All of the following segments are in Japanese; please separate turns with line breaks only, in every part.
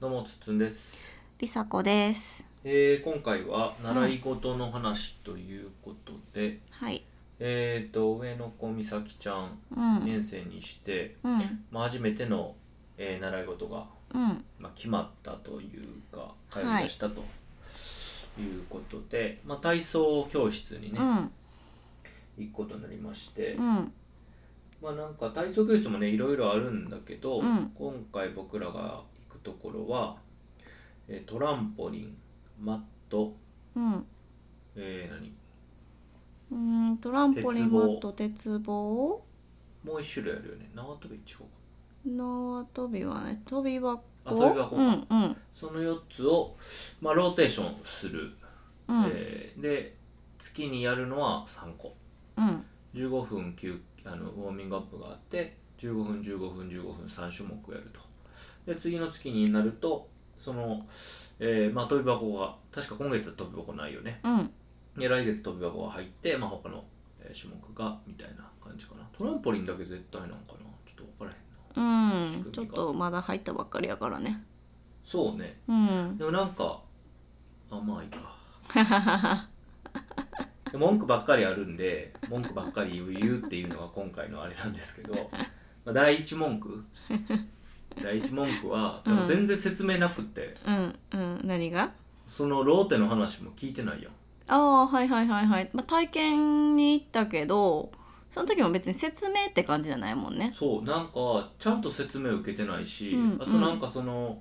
どうもつっつんです、
りさこです。
えー、今回は習い事の話ということで、
はい。
えっ、ー、と上の子美咲ちゃん
うん。
2年生にして、
うん。
まあ、初めての、えー習い事が、
うん。
まあ、決まったというか通
はい
い出したということで、まあ、体操教室にね、
うん。
行くことになりまして、
うん。
まあなんか体操教室もねいろいろあるんだけど、
うん
今回僕らが行くところは、えートランポリンマット
うん。
えー、何
うーん。トランポリンマット、鉄棒。
もう一種類あるよね縄跳び一応
縄跳びはね、跳び箱。
あ跳び箱
う
か
ん。うん。
その4つを、まあ、ローテーションする、
うん。
えーで月にやるのは3個
うん。
15分休あのウォーミングアップがあって15分15分15分3種目やるとで次の月になるとその、えーまあ、跳び箱が確か今月は跳び箱ないよね
うん。
で来月跳び箱が入って、まあ、他のえー種目がみたいな感じかなトランポリンだけ絶対なんかなちょっと分からへんな
うん。ちょっとまだ入ったばっかりやからね。
そうね
う ん。
でもなんかあまあいいかで文句ばっかりあるんで文句ばっかり言う言うっていうのが今回のあれなんですけど、まあ、第一文句第一文句はでも全然説明なくって、
うん。うん。何が。
そのローテの話も聞いてないやん
ああ、はいはいはいはい。まあ、体験に行ったけど。その時も別に説明って感じじゃないもんね。
そうなんかちゃんと説明受けてないし、
うん
あとなんかその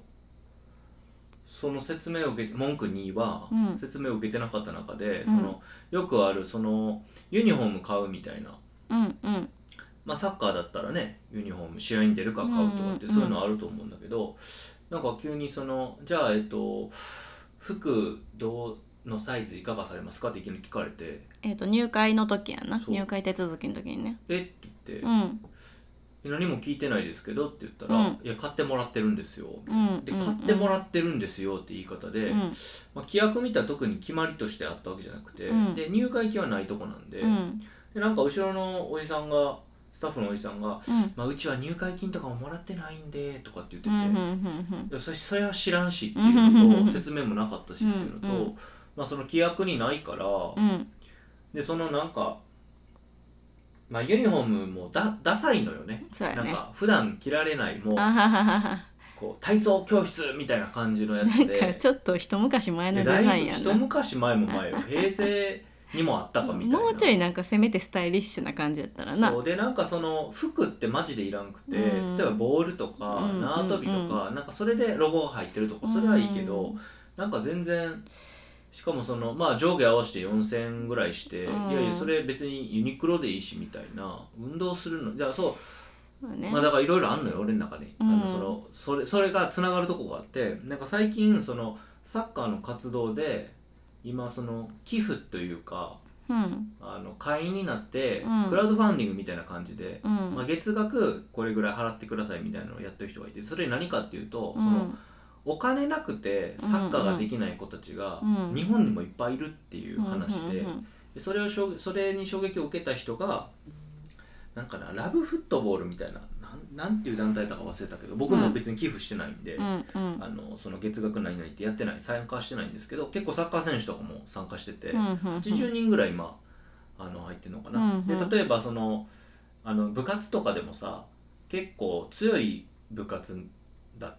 その説明を受けて文句2は
うん
説明を受けてなかった中で、
ん
そのよくあるそのユニフォーム買うみたいな
うん。うん。
まあ、サッカーだったらねユニフォーム試合に出るか買うとかって
うんうん
そういうのあると思うんだけど、なんか急にそのじゃあえっと服どうのサイズいかがされますかっていきなり聞かれて
えっ、と、入会の時やな。
そう
入会手続きの時にね。
「えっ?」て言って
う、ん。
え何も聞いてないですけど」って言ったら
うん
「いや買ってもらってるんですよ」
うん。
で
うん
買ってもらってるんですよって言い方で、
うん。
まあ、規約見たら特に決まりとしてあったわけじゃなくて、
うん
で入会金はないとこなんで,、
うん
でなんか後ろのおじさんがスタッフのおじさんが
うん
「まあ、うちは入会金とかももらってないんで」とかって言って
う
て、
んうんうん
いやそそれは知らんしっていう
うんうん
の
うん
と説明もなかったしっていうのと、
うんうん
まあ、その規約にないから、
うんうん
でそのなんか、まあ、ユニフォームもだダサいのよね
そうや
なん
ね
か普段着られないもう
あはははは
こう体操教室みたいな感じのや
な
つ
んか
で
ちょっと一昔前の
で
デザ
だい
イン
ぶ
や
一
な
昔前も前よ平成にもあったかみたいな
もうちょいなんかせめてスタイリッシュな感じやったらな
そうでなんかその服ってマジでいらんくて、
うん
例えばボールとか
うん
縄跳びとか、なんかそれでロゴが入ってるとかそれはいいけど、
うん
なんか全然しかもそのまあ上下合わせて4000円ぐらいして、
うん
いやいやそれ別にユニクロでいいしみたいな運動するのじゃあそう
まあね
まあだからいろいろあんのよ俺の中に、あ
う
の
ん
そのそれそれがつながるとこがあってなんか最近そのサッカーの活動で今その寄付というか
うん
あの会員になって
うん
クラウドファンディングみたいな感じで、
うん
まあ、月額これぐらい払ってくださいみたいなのをやってる人がいてそれ何かっていうと、そ
う
の
ん
お金なくてサッカーができない子たちが
うん
日本にもいっぱいいるっていう話で
うん
でそれをしょそれに衝撃を受けた人がなんかなラブフットボールみたいななんなんていう団体だか忘れたけど僕も別に寄付してないんで、
うんうん
あのその月額何々ってやってない参加してないんですけど結構サッカー選手とかも参加してて、
うんうんうん
80人ぐらい今あの入ってるのかな、
うんうん
で例えばそのあの部活とかでもさ結構強い部活だ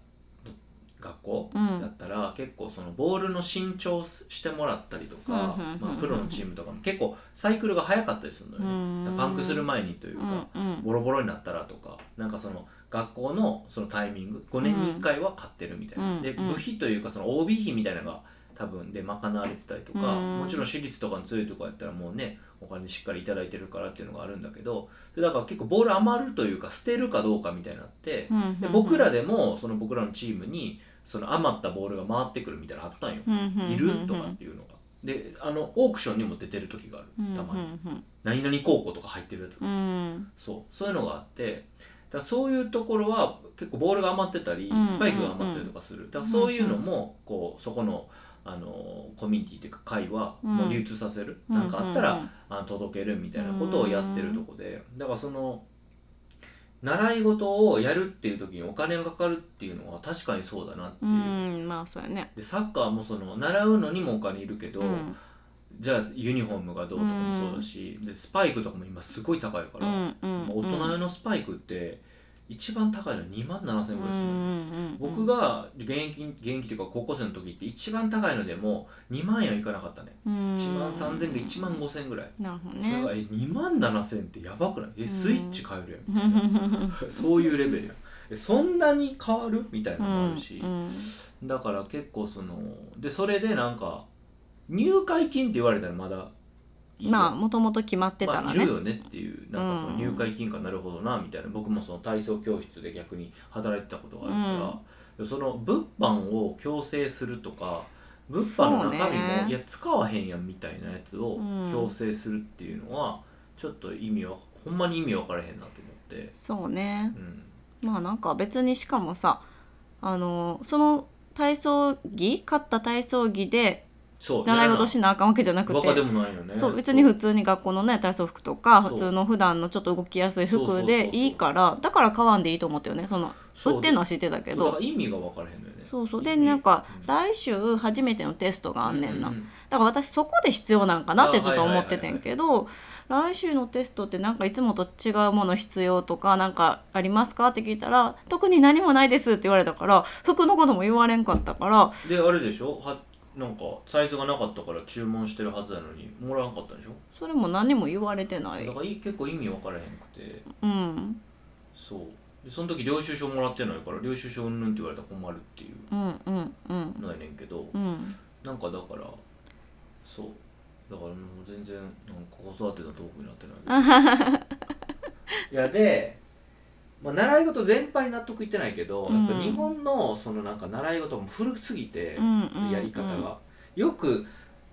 学校
うん
だったら結構そのボールの伸長してもらったりとか、
うんうんうんうん
まあ、プロのチームとかも結構サイクルが早かったりするのよ
うん
ねだからパンクする前にという
う
か、
んうん
ボロボロになったらとかなんかその学校のそのタイミング5年に1回は買ってるみたいな、
うん
で
うん
部費というかその OB 費みたいなのが多分で賄われてたりとか、
うん
もちろん私立とかの強いとこやったらもうねお金しっかり頂いただいてるからっていうのがあるんだけどでだから結構ボール余るというか捨てるかどうかみたいになって
う、んうん
で僕らでもその僕らのチームにその余ったボールが回ってくるみたいなのあったんよ、
うんうんうん
いるとかっていうのが。であのオークションにも出てる時がある
うんうん
たまに、何々高校とか入ってるやつが
うん
そうそういうのがあってだからそういうところは結構ボールが余ってたり、
うん
スパイクが余ってたりとかするだからそういうのもこうそこのあのコミュニティというか会は
うん
もう流通させる、なんかあったら、あの届けるみたいなことをやってるとこでだからその習い事をやるっていう時にお金がかかるっていうのは確かにそうだなって
う
いう、
んまあそうやね
でサッカーもその習うのにもお金いるけど、
うん
じゃあユニフォームがどうとかもそうだし、でスパイクとかも今すごい高いか
う
ら、
んう
まあ
ん
大人用のスパイクって一番高いの2万7000円ぐらいするの、僕
が
が現役現役というか高校生の時って一番高いのでも2万円はいかなかったね1万3000円か1万5000円ぐらい、
なるほど
それが
ね
え2万7000円ってやばくないえ
うん
スイッチ買えるやんみたいなそういうレベルやんえそんなに変わるみたいなのもあるし、
うんうん
だから結構そのでそれでなんか入会金って言われたらまだいいよ
まあもともと決まってた
ま
ら
あ、い
ね
るよねっていうなんかその入会金かなるほどなみたいな僕もその体操教室で逆に働いてたことがあるから、その物販を強制するとか物販の中身
そ
も、
うね
いや使わへんやんみたいなやつを
うん
強制するっていうのはちょっと意味はほんまに意味分からへんなと思って、
そうね
うん、
まあなんか別にしかもさあのその体操着勝った体操着で
そう
習い事
な
しなあかんわけじゃなく
バカで
て
もないよね
そう別に普通に学校のね体操服とか
そう
普通の普段のちょっと動きやすい
そうそうそ
服
うそう
でいいからだから買わんでいいと思ったよねその売ってんのは知ってたけ
そうだか
ど
ら意味が分からへんのよね
そうそう
意
で
味
なんか
うん
来週初めてのテストがあんねんな
う
だ
う
から私そこで必要なんかなってちょっと
あはい
思
はいはいはい
っててんけど来週のテストってなんかいつもと違うもの必要とかなんかありますかって聞いたら特に何もないですって言われたから服のことも言われんかったから
であれでしょはなんかサイズがなかったから注文してるはずなのにもらわなかったんでしょ、
それも何も言われてない
だからい結構意味分からへんくて
うん
そうでその時領収書もらってないから領収書うんぬんって言われたら困るってい
うんうんうん
うのやねんけど
うん
なんかだからそうだからもう全然なんか子育てのトークになってない けどいやで、まあ、習い事全般に納得いってないけど、やっぱ日本のそのなんか習い事も古すぎて、
うんうんうん
やり方が、よく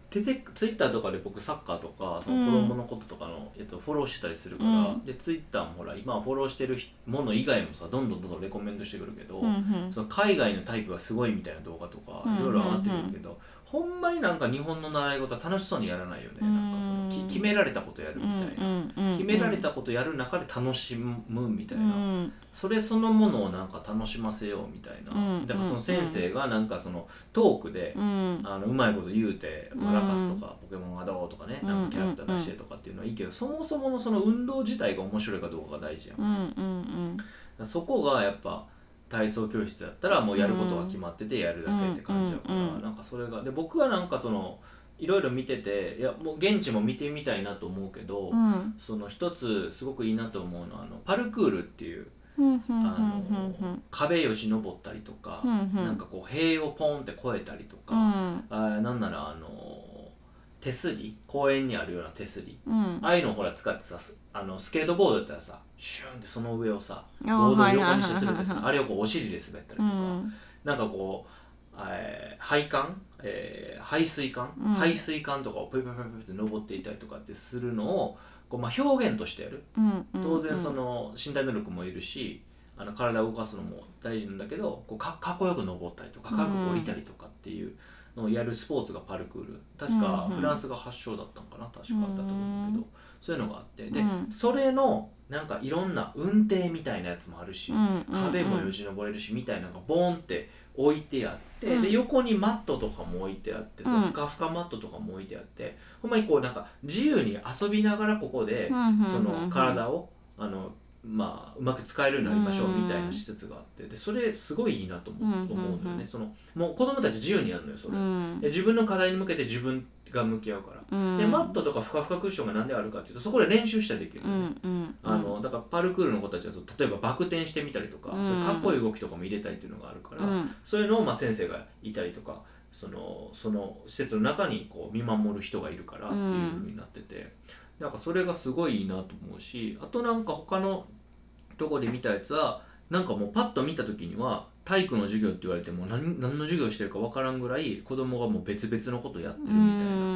出てツイッターとかで僕サッカーとかその子供のこととかの、えっと、フォローしてたりするから、
うん
でツイッターもほら今フォローしてる人もの以外もさどんどんどんどんレコメンドしてくるけど、
うんうん
その海外のタイプがすごいみたいな動画とか
うん
いろいろ上がってくるけど、ほんまになんか日本の習い事は楽しそうにやらないよね、なんかそのき
うん
決められたことやるみたいな、決められたことやる中で楽しむみたいな、
うん
それそのものをなんか楽しませようみたいな、
うん
だからその先生がなんかそのトークで、
うん
あのうまいこと言うてマラカスと
うん
か、ポケモンがどうとかね
うん
なんかキャラクター出してとかっていうのはいいけど、そもそものその運動自体が面白いかどうかが大事やん、
う
だか
んうん
らそこがやっぱ体操教室だったらもうやることは決まっててやるだけって感じやから、
うんうん
なんかそれがで僕はなんかそのいろいろ見てていやもう現地も見てみたいなと思うけど、
うんうん
その一つすごくいいなと思うのはあのパルクールっていう
うんうんう
あ
ん
の
うん
壁よじ登ったりとか、
うんうん
なんかこう塀をポンって越えたりとか、
うん
あーなんならあのー手すり公園にあるような手すり
うん
ああいうのをほら使ってさすあのスケートボードだったらさシュンってその上をさ
ボ
ボードを横にして滑ってさあれをこうお尻で滑ったりと
う
か、
ん
なんかこう、えー配管、えー排水管、
うん
排水管とかをプイプイプイプイって登っていたりとかってするのをこう、まあ、表現としてやる
うんうん
当然その身体能力もいるしあの体を動かすのも大事なんだけどこうかかっこよく登ったりとかかっこよく降りたりとかっていうのをやるスポーツがパルクール確か
うんうん
フランスが発祥だったのかな確かだったと思うけ
う
どそういうのがあってで
うん
それのなんかいろんな運転みたいなやつもあるし壁もよ
し
じ登れるしみたいなのがボーンって置いてあって、
うん
で横にマットとかも置いてあって、そうの
ん
ふかふかマットとかも置いてあってほんまにこうなんか自由に遊びながらここで、その体をあの、まあ、うまく使えるようになりましょうみたいな施設があってでそれすごいいいなと思う,、
うん
思うのよ
うんう
ね
ん
そのもう子供たち自由にやるのよそれ、
うん
で自分の課題に向けて自分が向き合うから。
うん
でマットとかふかふかクッションが何であるかっていうとそこで練習したらできる
う
のね、
んうん
あのだからパルクールの子たちはそう例えばバク転してみたりとか、
うん
そういうかっこいい動きとかも入れたいっていうのがあるから、
うん
そういうのをまあ先生がいたりとかそのその施設の中にこう見守る人がいるからっていうふうになってて、なんかそれがすごいいいなと思うしあとなんか他のとこで見たやつはなんかもうパッと見た時には体育の授業って言われても何何の授業してるか分からんぐらい子供がもう別々のことやってるみたいな。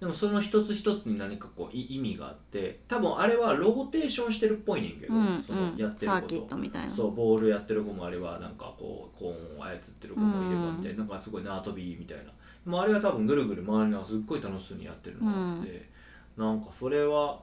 でもその一つ一つに何かこうい意味があって多分あれはローテーションしてるっぽいねんけど、
うん
そのやってる
サ
こ
ーキッ
と
トみたいな
そうボールやってる子もあればなんかこうコーンを操ってる子もいれば
うん
みたいな,、なんかすごい縄跳びみたいなでもあれは多分ぐるぐる回りながらすっごい楽しそうにやってるのがあって、なんかそれは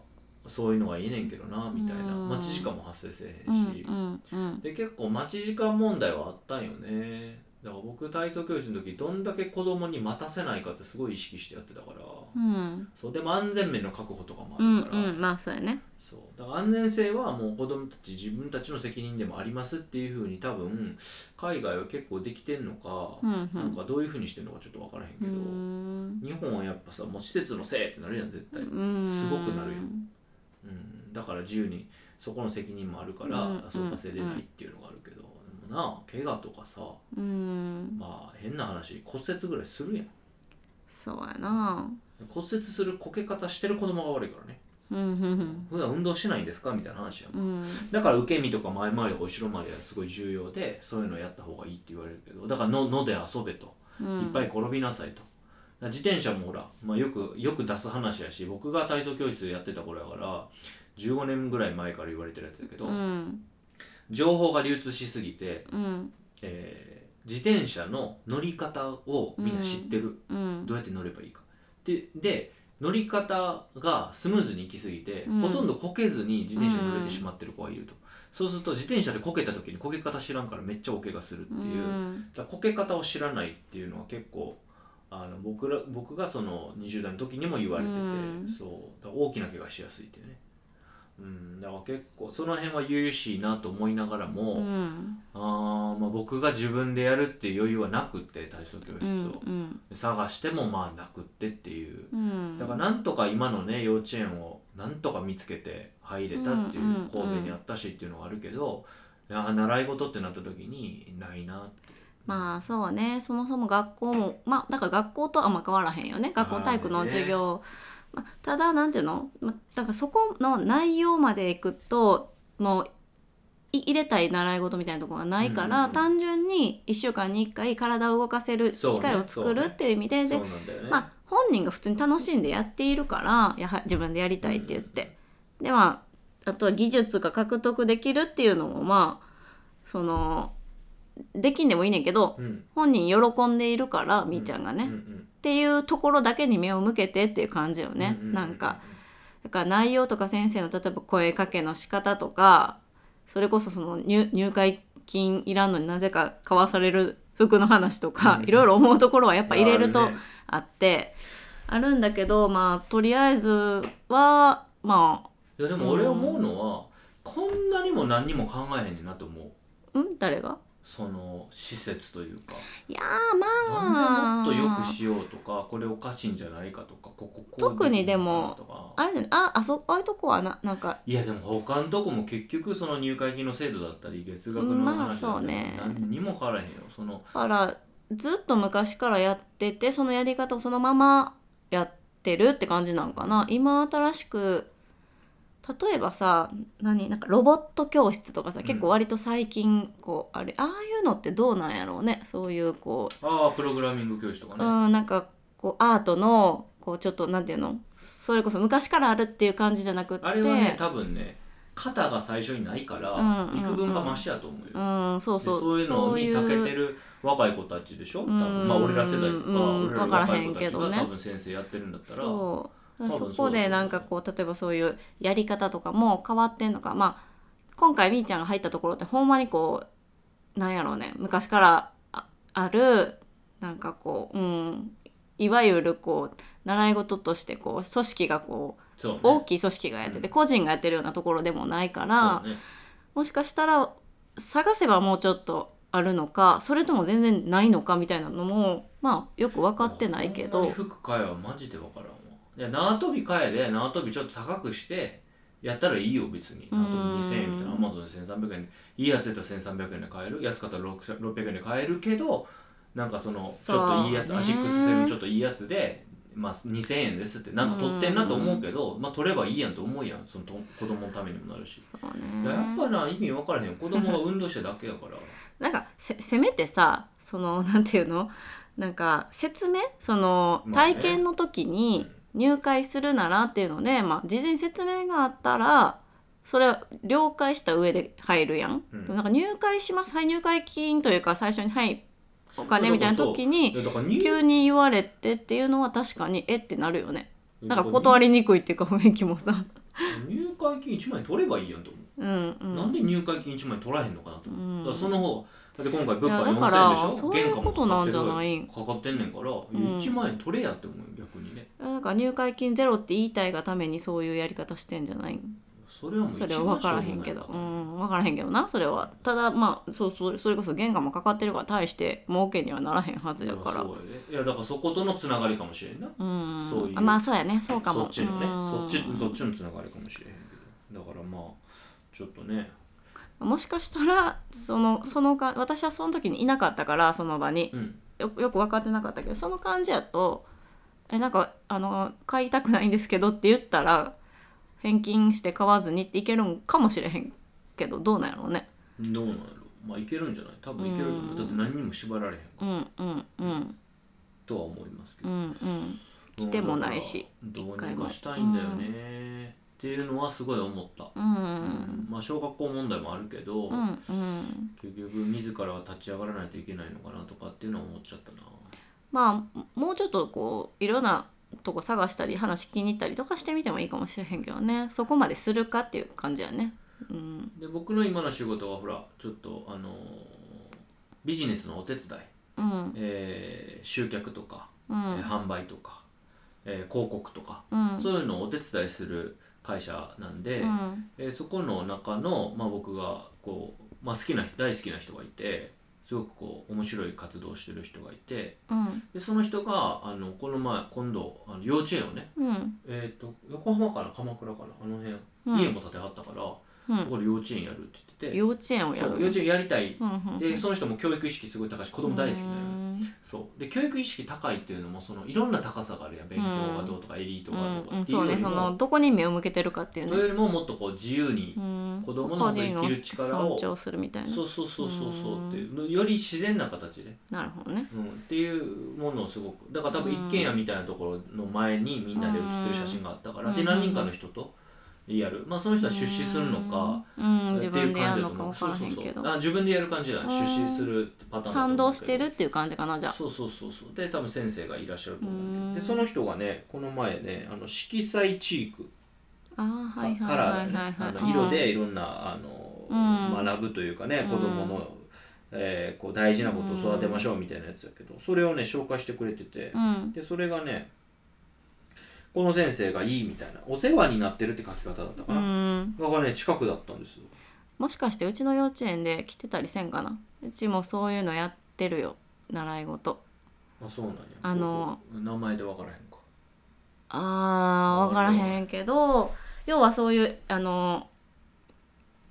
そういうのがいいねんけどなみたいな
うん
待ち時間も発生せえへ
うん
し、
んうん
で結構待ち時間問題はあったんよねだから僕体操教室の時どんだけ子供に待たせないかってすごい意識してやってたから、
うん
そうでも安全面の確保とかもあ
うん
るから、
うんまあそうやね
そうだから安全性はもう子供たち自分たちの責任でもありますっていうふうに多分海外は結構できてんのか、
うんう
なん
ん
かどういうふうにしてんのかちょっと分からへん
う
けど、
ん
日本はやっぱさもう施設のせいってなるやん絶対、うんすごくなるよだから自由にそこの責任もあるから、
うん
そうかせれないっていうのがあるけど、でもな怪我とかさ
うん
まあ変な話骨折ぐらいするやん
そうやな
骨折するこけ方してる子供が悪いからね
うんうん
普段運動しないんですかみたいな話やん
うん
だから受け身とか前回りとか後ろ回りはすごい重要でそういうのをやった方がいいって言われるけどだからのので遊べと
うん
いっぱい転びなさいと、だから自転車もほら、まあ、よくよく出す話やし僕が体操教室やってた頃やから15年ぐらい前から言われてるやつやけど、
うん
情報が流通しすぎて、
うん
えー自転車の乗り方をみんな知ってる、
うん
どうやって乗ればいいかでで乗り方がスムーズに行き過ぎて、
うん
ほとんどこけずに自転車に乗れてしまってる子がいると、そうすると自転車でこけた時にこけ方知らんからめっちゃお怪我するっていう、だからこけ方を知らないっていうのは結構あの僕ら僕がその20代の時にも言われてて、
うん
そうだから大きな怪我しやすいっていうねうんだから結構その辺は由々しいなと思いながらも、
うん
あーまあ、僕が自分でやるっていう余裕はなくって体操教室を。
うん
探してもまあなくってっていう
うん
だからなんとか今のね幼稚園をなんとか見つけて入れたってい
うんうんう
うん神戸にあったしっていうのはあるけど、ああ習い事ってなった時にないなって
まあそうねそもそも学校もまあだから学校とはあんま変わらへんよね学校体育の授業、まあ、ただなんていうの、まあ、だからそこの内容までいくともうい入れたい習い事みたいなところがないから、
うんうんうん
単純に1週間に1回体を動かせる機会を作るっていう意味で、
そ
で
うなんだよね、
まあ本人が普通に楽しんでやっているからやはり自分でやりたいって言って、でまああとは技術が獲得できるっていうのもまあそのできんでもいいねんけど
うん、うん
本人喜んでいるからみーちゃんがね、
うん
っ
うん
ていうところだけに目を向けてっていう感じよね、
ううう
なんかだから内容とか先生の例えば声かけの仕方とかそれこそその入入会金いらんのになぜか買わされる服の話とか、
うん
いろいろ思うところはやっぱ入れると
あね
あってあるんだけどまあとりあえずはま
いやでも俺思うのは、こんなにも何にも考えへんねんなと思う
あん誰が
その施設というか
いやーま
な
あ
んでもっとよくしようとかこれおかしいんじゃないかとかこここう
特にでも
とか
あれだよねああそああいうとこはななんか
いやでも他のとこも結局その入会金の制度だったり月額の
まあ
話だ
そ
った
う
り
ね
何にも変わらへんよその
だからずっと昔からやっててそのやり方をそのままやってるって感じなんかな今新しく例えばさ何なんかロボット教室とかさ、
うん
結構割と最近こうあれああいうのってどうなんやろうねそういうこう
ああプログラミング教師とかね、
うん、なんかこうアートのこうちょっとなんていうのそれこそ昔からあるっていう感じじゃなくって
あれはね多分ね肩が最初にないから
うんうんうん
幾分かマシやと思うよ、
うん、そう
で
そう
そういうのに長けて
る
る若い子たちでしょ多
うん
分まあ俺ら世代とか
うん
俺ら
わから
若
へ
い子
ん
た
け
ち
ど
が
ね
多分先生やってるんだったら
そう
多分そうだと
そ
思う
こでなんかこう例えばそういうやり方とかも変わってんのかまあ今回みーちゃんが入ったところってほんまにこうなんやろうね昔からああるなんかこう、うん、いわゆるこう習い事としてこう組織がこう
そうね
大きい組織がやってて、
うん
個人がやってるようなところでもないから。
そうね
もしかしたら探せばもうちょっとあるのかそれとも全然ないのかみたいなのもまあよく分かってないけ
ほん
ど
まに服買えはマジで分からんわいや縄跳び買えで縄跳びちょっと高くしてやったらいいよ別に縄跳び2000円みたいな
う
ア
ん
マゾンで1300円でいいやつやったら1300円で買える安かったら600 600円で買えるけどなんかそのち
そう
ょっといいやつ、
ね
アシックス製のちょっといいやつで、まあ、2000円ですってなんか取ってんなと思うけど、まあ、取ればいいやんと思うやんそのと子供のためにもなるし、
そう
いややっ
ね
ぱな意味分からへん子供が運動しただけやから
なんかせせめてさその なんていうのなんか説明その
まあね
体験の時に入会するならっていうので、まあ、事前に説明があったらそれは了解した上で入るやん、
うん
でもなんか入会しますはい入会金というか最初にはい お金みたいな時に
いやだから入
急に言われてっていうのは確かにえってなるよねなんか断りにくいっていうか雰囲気もさ
入会金1万円取ればいいやんと思
うんう
う、
ん
なんで入会金1万円取らへんのかなと思う
うん
だからその方だって今回物
いや
販
だか
4000
ら
円でしょ
そういうことなんじゃない
原価もかかってるかかってんねんから、
ん
1万円取れやって思うよ逆にね
なんか入会金ゼロって言いたいがためにそういうやり方してんじゃない
それはもう一
そ
番
れ
し
は
ょうも
分からへんけど
ない
うん分からへんけどなそれはただまあそうそうそれこそ原価もかかってるから大して儲けにはならへんはずやから
そうやねいやだからそことのつながりかもしれんな
うん
そういう
あまあそうやねそうかも
そっちのね
う
そっ
ん
ちそっちのつながりかもしれへんけどだからまあちょっとね
もしかしたらそのそのか私はその時にいなかったからその場に
うん
よよく分かってなかったけどその感じやと「えなんかあの買いたくないんですけど」って言ったら返金して買わずにっていけるんかもしれへんけどどうなんやろうね
どうなんやろまあいけるんじゃない多分いけると思
う
うんだって何にも縛られへん
うんうんうん
とは思いますけ
う
ど
んうん来てもないし
どう
一回
に
も
かしたいんだよねっていうのはすごい思った
うん
まあ小学校問題もあるけど、
うんうん
結局自らは立ち上がらないといけないのかなとかっていうのは思っちゃったな
まあもうちょっとこういろんなとこ探したり話聞きに行ったりとかしてみてもいいかもしれへんけどねそこまでするかっていう感じやねうん
で僕の今の仕事はほらちょっとあのービジネスのお手伝い、
うん
えー集客とか、
う
え
ん
ー販売とか、えー広告とか、
うん
そういうのをお手伝いする会社なんで、
うん
えーそこの中の、まあ、僕がこう、まあ、好きな人大好きな人がいてすごくこう面白い活動をしてる人がいて
うん
でその人があのこの前今度あの幼稚園をね、
うん
えー、と横浜かな鎌倉かなあの辺、
うん
家も建てはったから、
うん
そこで幼稚園やるって言ってて
幼稚園をや
そ
る
う幼稚園やりたい、
うんうんうん
でその人も教育意識すごい高いし子供大好きなのよ、
うん
そうで教育意識高いっていうのもそのいろんな高さがあるやん勉強がどうとかエリートがどうと
うん
かっ
うん
ていう
そう
よ
ね
り
そ
も
のどこに目を向けてるかっていう
という
ね
よりももっとこう自由に
うん
子供の本当に
個人を
生きる力を
尊重するみたいな
そうそうそうそうそうっていうより自然な形で、
なるほどね
うん、っていうものをすごくだから多分一軒家みたいなところの前にみんなで写ってる写真があったから、
うん
で何人かの人とやるまあその人は出資するのか、
うんうん
って
自
い
分
う
でや
感じ
る
だ
の
と思
か
う
分
そ
か
う
ら
そ
へ
うんそ
けど
うあ自分でやる感じだ
うん
出資するパターンだと思うけど
賛同してるっていう感じかなじゃあ
そうそうそうそうで多分先生がいらっしゃると思うけ
う
ど
ん
でその人がねこの前ねあの色彩チーク
あー
カ
はいはい
カラ
はい
ーだ
は
よ
い
ね
は
あ
い
の色でいろんなあの、
うん
学ぶというかね
う
子
ん
供の、えーこう大事なことを育てましょうみたいなやつだけどそれをね紹介してくれてて
うん
でそれがねこの先生がいいみたいなお世話になってるって書き方だったか
う
な、
ん
がね近くだったんですよ
もしかしてうちの幼稚園で来てたりせんかなうちもそういうのやってるよ習い事
あそうなんや
あの
名前で分からへんか
あー分からへんけど要はそういうあの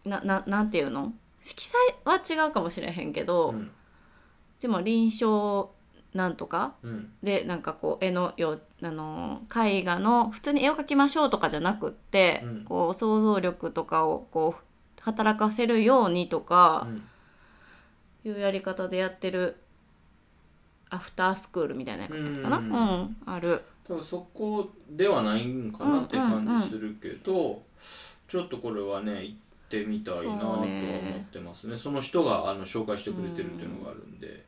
なななんていうの色彩は違うかもしれへんけど、
ん
でも臨床なんとか
うん
でなんかこう絵のよあの絵画の普通に絵を描きましょうとかじゃなくって、
うん
こう想像力とかをこう働かせるようにと
う
か
ん
いうやり方でやってるアフタースクールみたいなやつかな、
う
うんんある。
多分そこではないんかなって感じするけど、ちょっとこれはね行ってみたいなとは
そう
思
ね
ってますねその人があの紹介してくれてるっていうのがあるんで、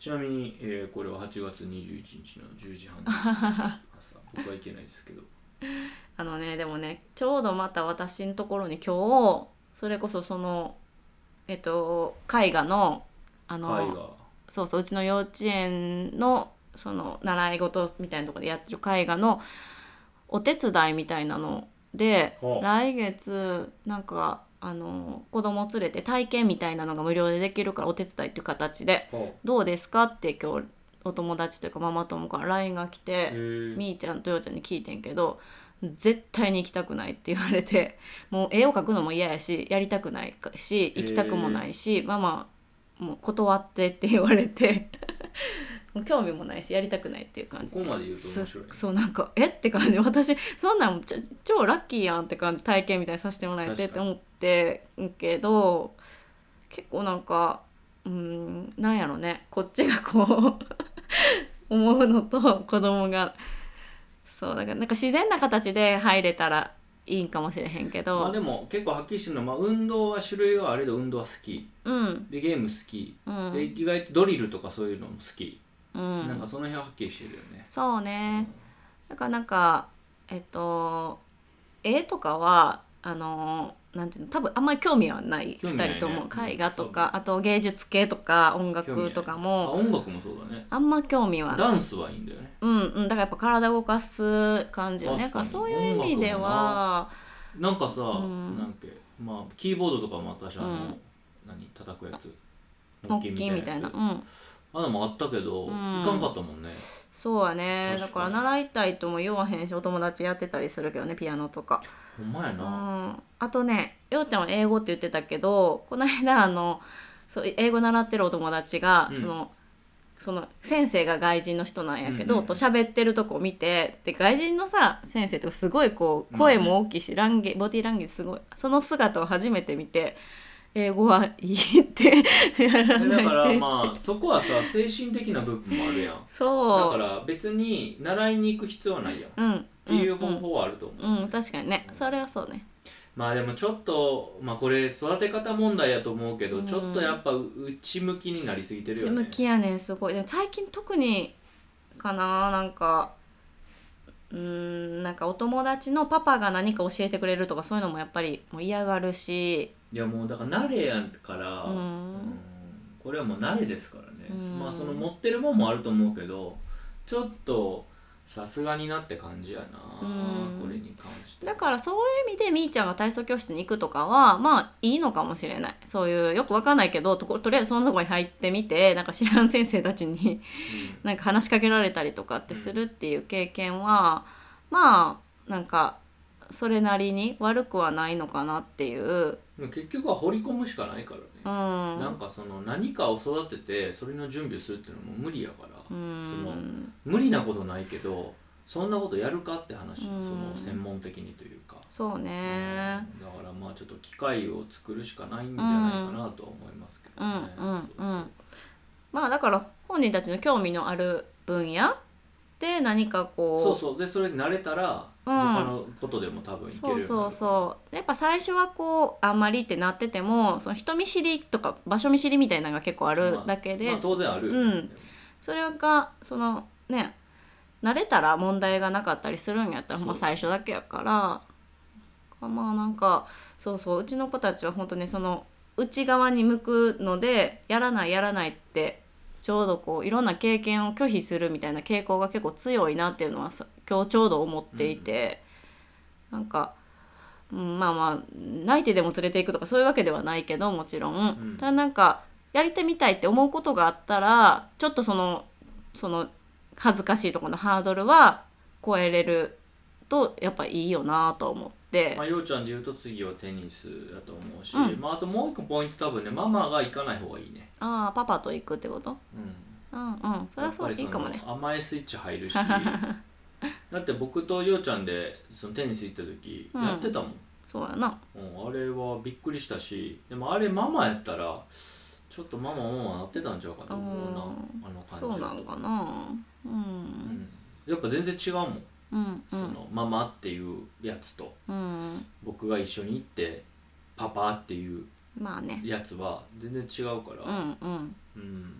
ちなみに、えーこれは8月21日の10時半 です朝僕は行けないですけど
あのねでもねちょうどまた私のところに今日それこそそのえっと絵画のあ
絵
の
画
そうそううちの幼稚園のその習い事みたいなところでやってる絵画のお手伝いみたいなので
ほう
来月なんかあの子供連れて体験みたいなのが無料でできるからお手伝いっていう形で
は
「どうですか?」って今日お友達というかママ友から LINE が来
あへ
て
ー
みーちゃんとようちゃんに聞いてんけど絶対に行きたくないって言われてもう絵を描くのも嫌やしやりたくないし行きたくもないし、ママもう断ってって言われて もう興味もないしやりたくないっていう感じ
そこまで言うと面白いね
すそうなんかえって感じ私そんなんちょ超ラッキーやんって感じ体験みたいにさせてもらえて
確
って
かに
思ってんけど結構なんかうんなんやろねこっちがこう思うのと子供がそうだからなんか自然な形で入れたらいいんかもしれへんけど、
まあでも結構はっきりしてるのは、まあ、運動は種類があれど運動は好き
うん
でゲーム好き
う
で
ん
意外とドリルとかそういうのも好き、
う
なんか
ん
その辺ははっきりしてるよね、
そうねだからなんかえっと絵とかはあのなんていうの多分あんまり興味はない
興味ないね
2人とも、
うん
絵画とかあと芸術系とか音
興味な
楽
い
とか
あ
も
音楽もそうだね
あんま興味はない
ダンスはいいんだよね
うんうん、だからやっぱ体動かす感じよねだ
確か
か
に
らそういう意味では
なんかさ、
うん
なんかまあキーボードとかも私あの、
うん
何叩くやつ
大きいみたいな
やつ
うん
あのもあったけど、
うん
いかんかったもんね
そうやねだ
確
か
からに
習いたいとも言わへんしお友達やってたりするけどねピアノとか
ほんまや
う
な、
んあとねようちゃんは英語って言ってたけどこの間あのそう英語習ってるお友達が、
うん
そのその先生が外人の人なんやけど、
うんうんうん
と喋ってるとこを見てで外人のさ先生ってすごいこう声も大きいし、ランゲボディーランゲージすごいその姿を初めて見て英語はいいってやら
え
ない
だから
で
まあそこはさ精神的な部分もあるやんだ
そ
か
う
ら別に習いに行く必要はないやんっ
うんって
いう方法はあると思う、
うん、うんうん、確かにねそれはそうね
まあでもちょっとまあこれ育て方問題やと思うけど、
うん
ちょっとやっぱ内向きになりすぎてる
内
よね
向きやねんすごいでも最近特にかななんかうーんなんかお友達のパパが何か教えてくれるとかそういうのもやっぱりもう嫌がるし
いやもうだから慣れやから、
うん
これはもう慣れですからね、
うん
まあその持ってるもんもあると思うけどちょっとさすがになって感じやな、
うん
これに関して
だからそういう意味でみーちゃんが体操教室に行くとかはまあいいのかもしれないそういうよくわかんないけどとことりあえずそのとこに入ってみてなんか知らん先生たちになんか話しかけられたりとかってするっていう経験は、まあなんかそれなりに悪くはないのかなっていう。
うん、でも結局は掘り込むしかないからね、
うん、
なんかその何かを育ててそれの準備をするっていうのも無理やから、
う
その
ん
無理なことないけどそんなことやるかって話、
うん
その専門的にというか、
そうね
うんだからまあちょっと機会を作るしかないんじゃないかなとは思いますけどね、
うんうん
そうそう
まあだから本人たちの興味のある分野で何かこう
そうそうでそれに慣れたら、
うん
他のことでも多分いけるよ
そう
になる
そうそうやっぱ最初はこうあんまりってなっててもその人見知りとか場所見知りみたいなのが結構あるだけで、
まあ、当然あるよね、
うんそれがそのね慣れたら問題がなかったりするんやったら、
そう
まあ、最初だけやからまあなんかそうそううちの子たちは本当にその内側に向くのでやらないやらないってちょうどこういろんな経験を拒否するみたいな傾向が結構強いなっていうのはさ今日ちょうど思っていて、なんか、うん、まあまあ泣いてでも連れていくとかそういうわけではないけどもちろん、
うん
ただなんかやりてみたいって思うことがあったらちょっとそのその恥ずかしいところのハードルは超えれるとやっぱいいよなと思って、
まあ、ようちゃんで言うと次はテニスだと思うし、
うん
まあ、あともう一個ポイント多分ねママが行かない方がいいね、
ああパパと行くってこと
うん、
うんうんそれはそう
やっぱ
い
り
い
の
かもね
甘いスイッチ入 るしだって僕とようちゃんでそのテニス行った時
うん
やってたもん、
そうやな
うんあれはびっくりしたしでもあれママやったらちょっとママママなってたんちゃうかと思うな
うん
あの感じ
そうなのかなう
うんん、やっぱ全然違うもん
うんう
そ
ん
のママっていうやつと
うん
僕が一緒に行ってパパっていう
まあね
やつは全然違うか
う
ら
んうん
うん、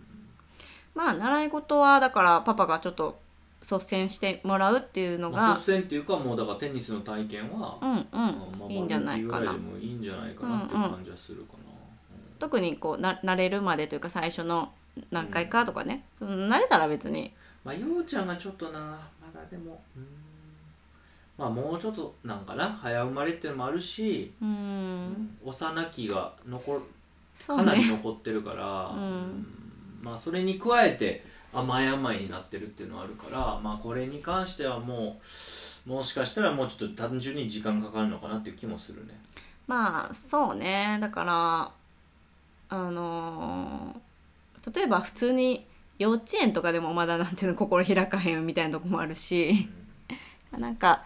まあ習い事はだからパパがちょっと率先してもらうっていうの
まあ、
が
率先っていうかもうだからテニスの体験は、
うんうん
まあまあ
いいんじゃないかな
ぐらでもいいんじゃないかなっていう感じはするかな、
特にこうな慣れるまでというか最初の何回かとかね、その慣れたら別に
うんまあようちゃんがちょっとなまだでもうんまあもうちょっとなんかな早生まれっていうのもあるし、
うーん
幼きが残る
そう
かなり
ね
残ってるから、
うん
うんまあそれに加えて甘い甘いになってるっていうのはあるからまあこれに関してはもうもしかしたらもうちょっと単純に時間かかるのかなっていう気もするね
まあそうねだからあのー例えば普通に幼稚園とかでもまだなんていうの心開かへんみたいなとこもある
う
し
ん
なんか、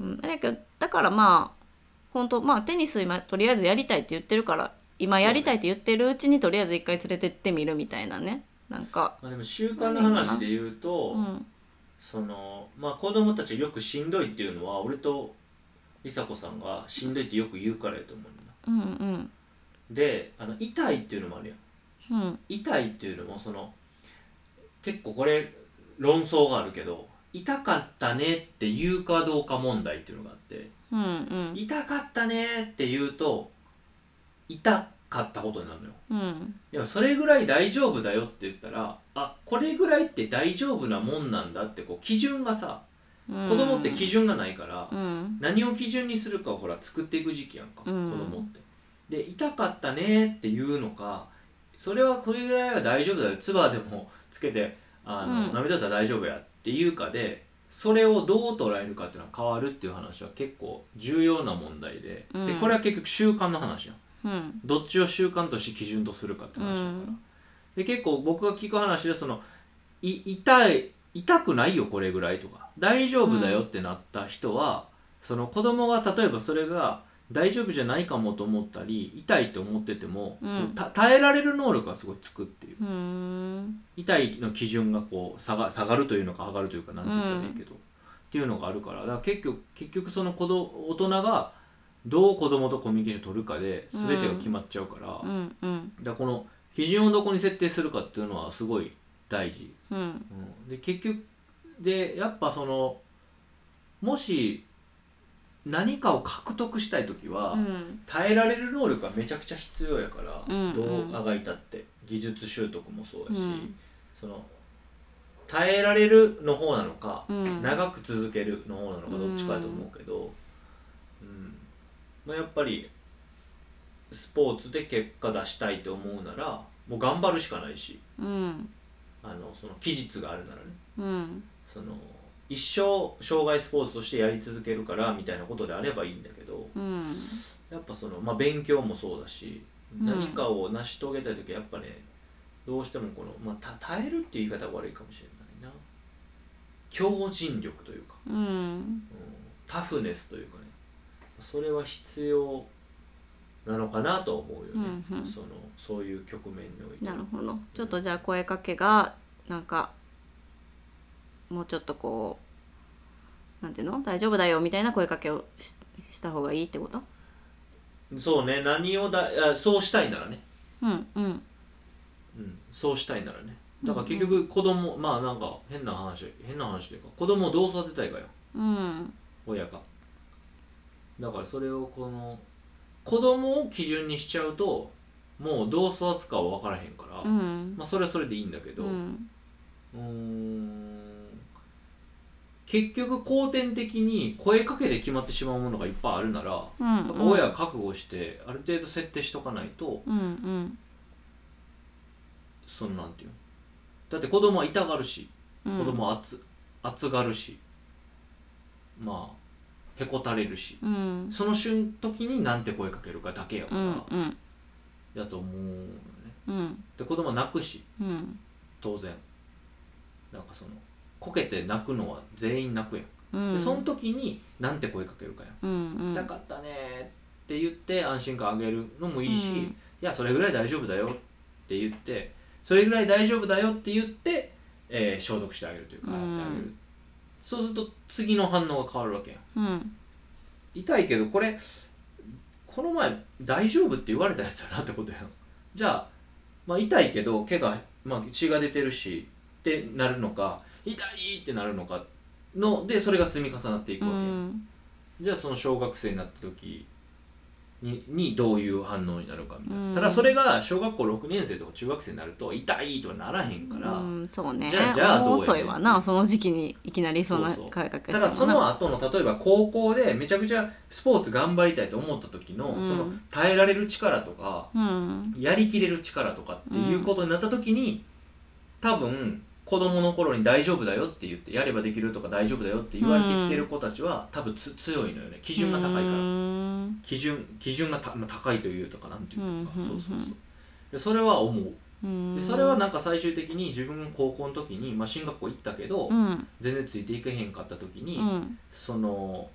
うん、あれやけどだからまあ本当まあテニス今とりあえずやりたいって言ってるから今やりたいって言ってるうちにとりあえず一回連れてってみるみたいなねなんか
まあ、でも習慣の話で言うと、
うん
そのまあ子供たちよくしんどいっていうのは俺と梨紗子さんがしんどいってよく言うからやと思うんだ
うんうん
であの痛いっていうのもあるやん
うん
痛いっていうのもその結構これ論争があるけど痛かったねって言うかどうか問題っていうのがあって
うんうん
痛かったねって言うと痛かったことになるのよ
うん
でもそれぐらい大丈夫だよって言ったらあこれぐらいって大丈夫なもんなんだってこう基準がさ
うん
子供って基準がないから、
うん
何を基準にするかをほら作っていく時期やんか、
うん
子供ってで痛かったねっていうのかそれはこれぐらいは大丈夫だよ唾でもつけてあの、
うん
涙だったら大丈夫やっていうかでそれをどう捉えるかっていうのは変わるっていう話は結構重要な問題で,、
う
で
ん
これは結局習慣の話やん
うん
どっちを習慣として基準とするかって話だから、
うん
で結構僕が聞く話でそのい痛い痛くないよこれぐらいとか大丈夫だよってなった人は、その子供が例えばそれが大丈夫じゃないかもと思ったり痛いと思ってても、
うん
そのた耐えられる能力がすごいつくっていう
うーん
痛いの基準がこう下が下がるというのか上がるというかなんて言ったらいいけど、っていうのがあるからだから結局結局その子ど大人がどう子供とコミュニケーション取るかで全てが決まっちゃうから、
うんうん
だからこの基準をどこに設定するかっていうのはすごい大事、
うん
うん、で結局でやっぱそのもし何かを獲得したい時は、
うん
耐えられる能力がめちゃくちゃ必要やから、
うん
ど
う
うんあがいたって技術習得もそうやし、
うん
その耐えられるの方なのか、
うん
長く続けるの方なのかどっちかやと思うけど、うんまあ、やっぱりスポーツで結果出したいと思うならもう頑張るしかないし
うん
あのその期日があるならね
うん
その一生障害スポーツとしてやり続けるからみたいなことであればいいんだけど、
うん
やっぱその、まあ、勉強もそうだし、
うん
何かを成し遂げたい時はやっぱねどうしてもこの、まあ、た耐えるっていう言い方は悪いかもしれないな強靭力というか、
うん
うんタフネスというかねそれは必要なのかなと思うよね、
うんうん
そのそういう局面において
なるほどちょっとじゃあ声かけがなんかもうちょっとこうなんていうの大丈夫だよみたいな声かけをしした方がいいってこと
そうね何をだあそうしたいならね、
うんうん
うん、そうしたいならねだから結局子供、まあなんか変な話変な話というか子供をどう育てたいかよ
うん
親がだからそれをこの子供を基準にしちゃうともうどう育つかは分からへんから、
うん
まあそれはそれでいいんだけど、
う
うんーん結局後天的に声かけで決まってしまうものがいっぱいあるなら、
うん
やっ
う
ぱ
ん
親は覚悟してある程度設定しとかないと
うんうん
そのなんていうのだって子供は痛がるし
うん
子供は熱,、熱がるしまあへこたれるし
うん
その瞬時になんて声かけるかだけやか
う
ら、
んうん
やと思うよね
うん
で子供は泣くし
うん
当然なんかそのこけて泣くのは全員泣くやん、
うん
でその時になんて声かけるかやん
うんう
「
ん
痛かったね」って言って安心感あげるのもいいし「
うん
いやそれぐらい大丈夫だよ」って言ってそれぐらい大丈夫だよって言って、えー消毒してあげるというか洗ってあげる、
う
そうすると次の反応が変わるわけやん
うん
痛いけどこれこの前大丈夫って言われたやつだなってことやんじゃあ、まあ、痛いけど怪我、まあ、血が出てるしってなるのか痛いってなるのかのでそれが積み重なっていく
う
わけやん、
ん
じゃあその小学生になった時ににどういう反応になるかみたいな、
うん
ただそれが小学校6年生とか中学生になると痛いとはならへんから、
うんそうね
じゃあじゃあどうやねん
遅いわなその時期にいきなりそんな
そうそう
声かけ
た
も
だその後の例えば高校でめちゃくちゃスポーツ頑張りたいと思った時の、
うん
その耐えられる力とか
うん
やりきれる力とかっていうことになった時に、多分子供の頃に大丈夫だよって言ってやればできるとか大丈夫だよって言われてきてる子たちは多分つ強いのよね基準が高いから、
うん
基準基準がた、まあ、高いというとかなんていうか、
うんうん
そうそう
う
そ
ん
うでそれは思う
うん
でそれはなんか最終的に自分が高校の時に、まあ、進学校行ったけど、
うん
全然ついていけへんかった時に、
うん
その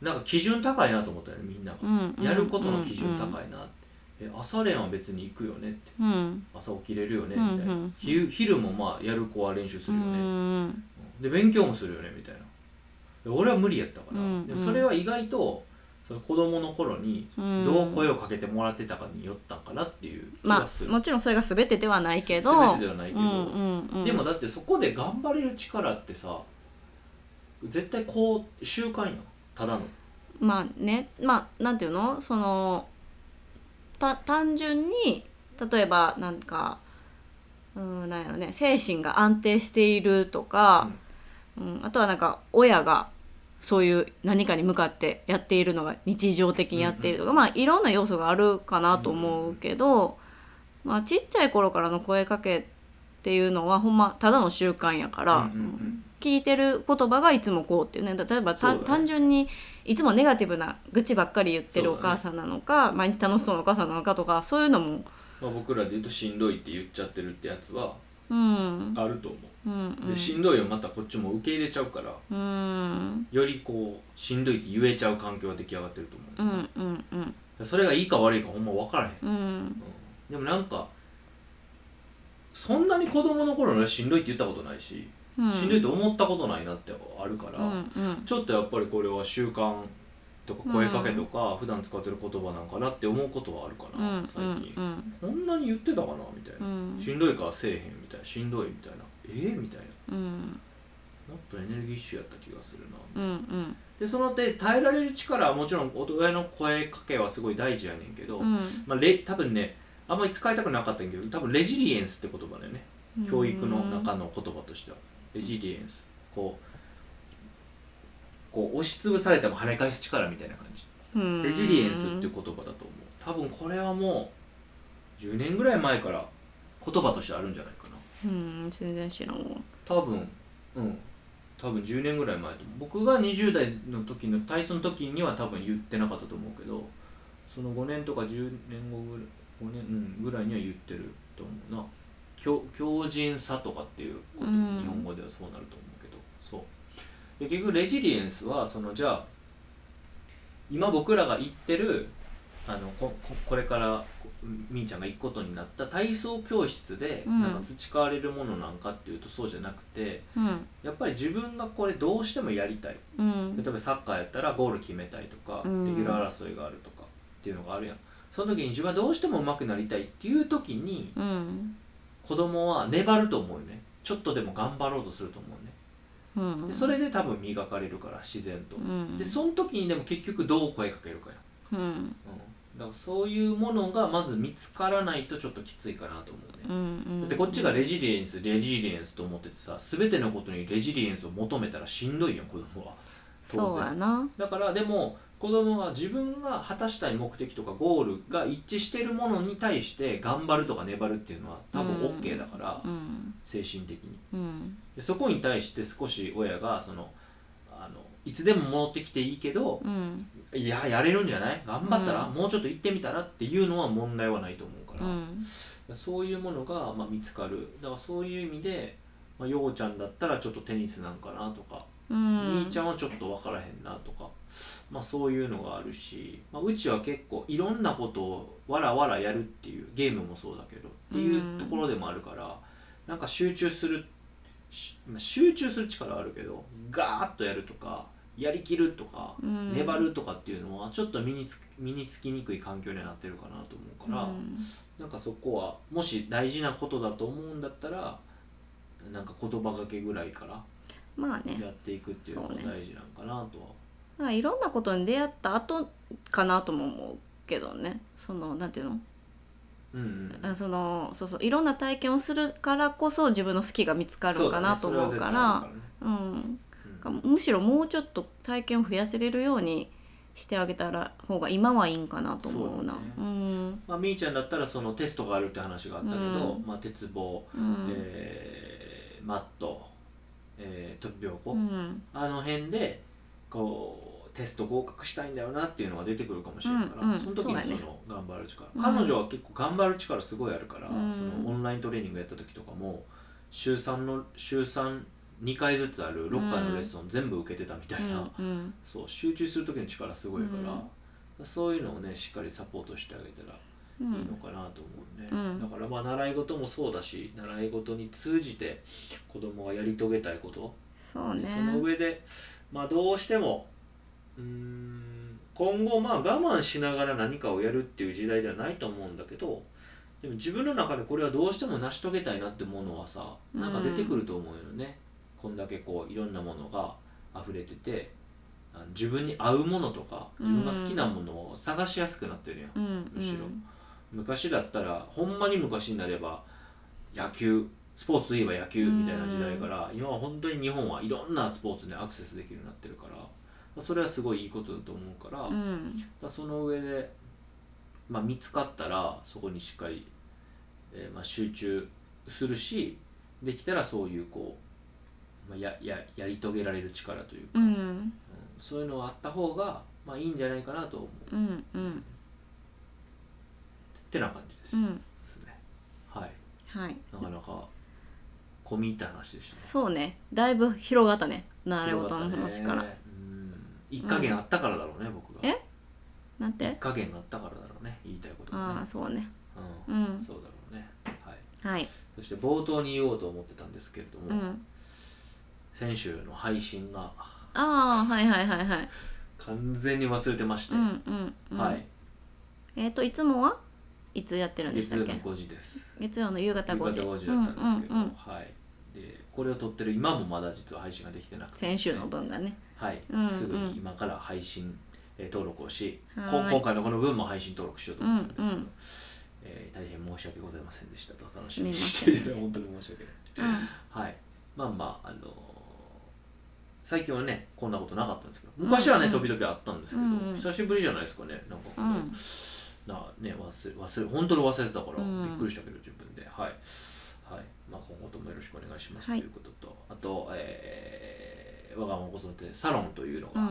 なんか基準高いなと思ったよねみんなが、
うん
やることの基準高いなって、え朝練は別に行くよねって
うん
朝起きれるよね
うん
みたいな、
うん
昼昼もまあやる子は練習す
う
るよね、
ん
で勉強もするよねみたいなで俺は無理やったから、
うん
でもそれは意外とその子供の頃に
うん
どう声をかけてもらってたかによったんかなっていう気
ま
が
あ
する、
もちろんそれが全てではないけど
全てではないけど、
うんうんうん
でもだってそこで頑張れる力ってさ絶対こう習慣やんただの
まあねまあなんていうのそのた単純に例えばなんかうんなんやろね精神が安定しているとか、うんあとはなんか親がそういう何かに向かってやっているのが日常的にやっているとか、まあいろんな要素があるかなと思うけど、まあ、ちっちゃい頃からの声かけっていうのはほんまただの習慣やから、
うんうんうん
聞いてる言葉がいつもこうっていうね例えば
そうだ
た、
ね
単純にいつもネガティブな愚痴ばっかり言ってる
そう
お
だね
母さんなのか、毎日楽しそうなお母さんなのかとかそういうのも、
まあ、僕らで言うとしんどいって言っちゃってるってやつは
うん、
あると思
うん
う、でしんどいをまたこっちも受け入れちゃうから
うんうん
よりこうしんどいって言えちゃう環境が出来上がってると思う、
うんうんうん
それがいいか悪いかほんま分からへん、
うん
うんでもなんかそんなに子供の頃ねしんどいって言ったことないし、
うん
しんどいと思ったことないなってあるから、
うんうん
ちょっとやっぱりこれは習慣とか声かけとか、普段使ってる言葉なんかなって思うことはあるか
うん
な、最近、
うん
こんなに言ってたかなみたいな
う、ん
しんどいからせえへんみたいなしんどいみたいなえー、みたいな
うん
もっとエネルギッシュやった気がするな
うんうん
でその手耐えられる力はもちろん親の声かけはすごい大事やねんけど、
うん
まあ、れ多分ねあんまり使いたくなかったんやけど多分レジリエンスって言葉だよね教育の中の言葉としてはレジリエンスこうこう押しつぶされても跳ね返す力みたいな感じ
うん
レジリエンスっていう言葉だと思う多分これはもう10年ぐらい前から言葉としてあるんじゃないかな
うん全然知らんわ
多分うん多分10年ぐらい前と僕が20代の時の体操の時には多分言ってなかったと思うけどその5年とか10年後ぐらい5年、うん、ぐらいには言ってると思うな強強靭さとかっていうこと、
うん
日本語ではそうなると思うけどそうで結局レジリエンスはそのじゃあ今僕らが言ってるあのこここれからこみーちゃんが行くことになった体操教室で
うん
なんか培われるものなんかっていうとそうじゃなくて、
うん
やっぱり自分がこれどうしてもやりたい
うん
例えばサッカーやったらゴール決めたいとか、
うん
レギュラー争いがあるとかっていうのがあるやんその時に自分はどうしても上手くなりたいっていう時に
うん
子供は粘ると思うよねちょっとでも頑張ろうとすると思うね
うん
でそれで多分磨かれるから自然と
うん
でその時にでも結局どう声かけるかや
うん
うん、だからそういうものがまず見つからないとちょっときついかなと思う
う
ね、
んうん
だってこっちがレジリエンスレジリエンスと思っててさ全てのことにレジリエンスを求めたらしんどいよ子供は
そうやな
だからでも子供は自分が果たしたい目的とかゴールが一致してるものに対して頑張るとか粘るっていうのは多分
うん
OK だから、
うん
精神的に
うん
でそこに対して少し親がそのあのいつでも戻ってきていいけど、
うん
いややれるんじゃない頑張ったら、
うん
もうちょっと行ってみたらっていうのは問題はないと思うか
う
ら、
ん
そういうものが、まあ、見つかるだからそういう意味で、まあ、ようちゃんだったらちょっとテニスなんかなとか、
うん
兄ちゃんはちょっと分からへんなとか、まあ、そういうのがあるし、まあ、うちは結構いろんなことをわらわらやるっていうゲームもそうだけどっていうところでもあるから、なんか集中するしまあ集中する力はあるけどガーッとやるとかやりきるとか。
うん
粘るとかっていうのはちょっと身につ身につきにくい環境にはなってるかなと思うから、
うん
なんかそこはもし大事なことだと思うんだったらなんか言葉がけぐらいから
まあね
やっていくっていうのが
そうね
大事なんかなとは、
まあいろんなことに出会った後かなとも思うけどねそのなんていうの
うんうん
あそのそうそういろんな体験をするからこそ自分の好きが見つかるかなと
そだね
思う
それ
か
は絶対あ
ら
るね
うん
うん
むしろもうちょっと体験を増やせれるようにしてあげたら方が今はいいんかなと思
そ
うな
うだね
うん
まあ、みーちゃんだったらそのテストがあるって話があったけど、
うん
まあ、鉄棒、
うん
えーマット、えー、飛び箱、
うん
あの辺でこうテスト合格したいんだよなっていうのが出てくるかもしれないから、
うんうん
その時
そう
に
だ
そ
ね
の頑張る力、
うん
彼女は結構頑張る力すごいあるから、
うん
そのオンライントレーニングやった時とかも週3の週32回ずつある6回のレッスン全部受けてたみたいな、
うん
そう集中する時の力すごいから、
うん
そういうのをねしっかりサポートしてあげたら
う
いいの
ん
かなと思うね、
うん
だからまあ習い事もそうだし習い事に通じて子供がやり遂げたいこと、
そう
で
ね
その上で、まあ、どうしてもうーん今後まあ我慢しながら何かをやるっていう時代ではないと思うんだけどでも自分の中でこれはどうしても成し遂げたいなってものはさなんか出てくると思うよね、こんだけこういろんなものが溢れててあの自分に合うものとか
うん
自分が好きなものを探しやすくなってるやん、
うん
むしろ
うん
昔だったらほんまに昔になれば野球スポーツといえば野球みたいな時代から、今は本当に日本はいろんなスポーツにアクセスできるようになってるからそれはすごいいいことだと思うから,、
う
だか
ん
らその上で、まあ、見つかったらそこにしっかり、えーまあ、集中するしできたらそういうこう、まあ、やややり遂げられる力というか、
う
うん
ん
そういうのはあった方が、まあ、いいんじゃないかなと思うっ
うんうん
てな感じです,、
うん
ですね。はい
はい
なかなか込み入った話でしたね。
そうねだいぶ広がったね習い事の
広
話
が
か
った
ら、
ね。うん。一加減あったからだろうね、僕が。
えなん
一
て
加減があったからだろうね、言いたいことが
あ
ね
あ。そうね
う。
うんん
そうだろうね。はい。
はい
そして冒頭に言おうと思ってたんですけれど
う
も、
ん
先週の配信が
ああはいはいはいはい
完全に忘れてまして
う、んうん、うん、
はい。
えっ、といつもはいつやってるんでし
月
た
曜
っ
の
け
5時です。
月曜の夕方
夕方
5時
5時だったんですけど、
うんうんうん、
はい。で、これを撮ってる今もまだ実は配信ができてなくて。
先週の分がね
はい、
うん
すぐに今から配信、えー登録をしこ
はーい
今回のこの分も配信登録しようと思ってるんですけど、
うんうん
えー大変申し訳ございませんでしたと楽しみにして
すみませ
い
んでした
た本当に申し訳ない、
う
はい、まあまああのー最近はねこんなことなかったんですけど昔はね、
うんうん
時々あったんですけど、
うんうん
久しぶりじゃないですかねなんかこの、
ん
なね忘れ忘れ本当に忘れてたから、
うん
びっくりしたけど自分ではい、はいまあ、今後ともよろしくお願いします、
はい
ということとあと、えー、我が子育てサロンというの
う
が、
ん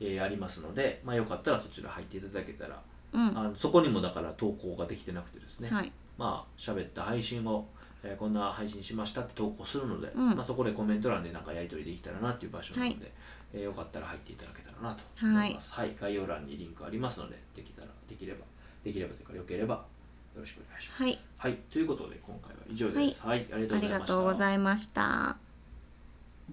えーありますので、まあ、よかったらそちら入っていただけたら、
うん
あのそこにもだから投稿ができてなくてですね、
はい
まあ喋った配信を、えーこんな配信しましたって投稿するので、
うん
まあ、そこでコメント欄でなんかやり取りできたらなっていう場所なので、えーよかったら入っていただけたらなと思います、はい概要欄にリンクありますのでできたらできればできればというかよければよろしくお願いします
はい
はいということで今回は以上ですはい、ありがと
あ
うご
り
ざい
が
ました
とうございました。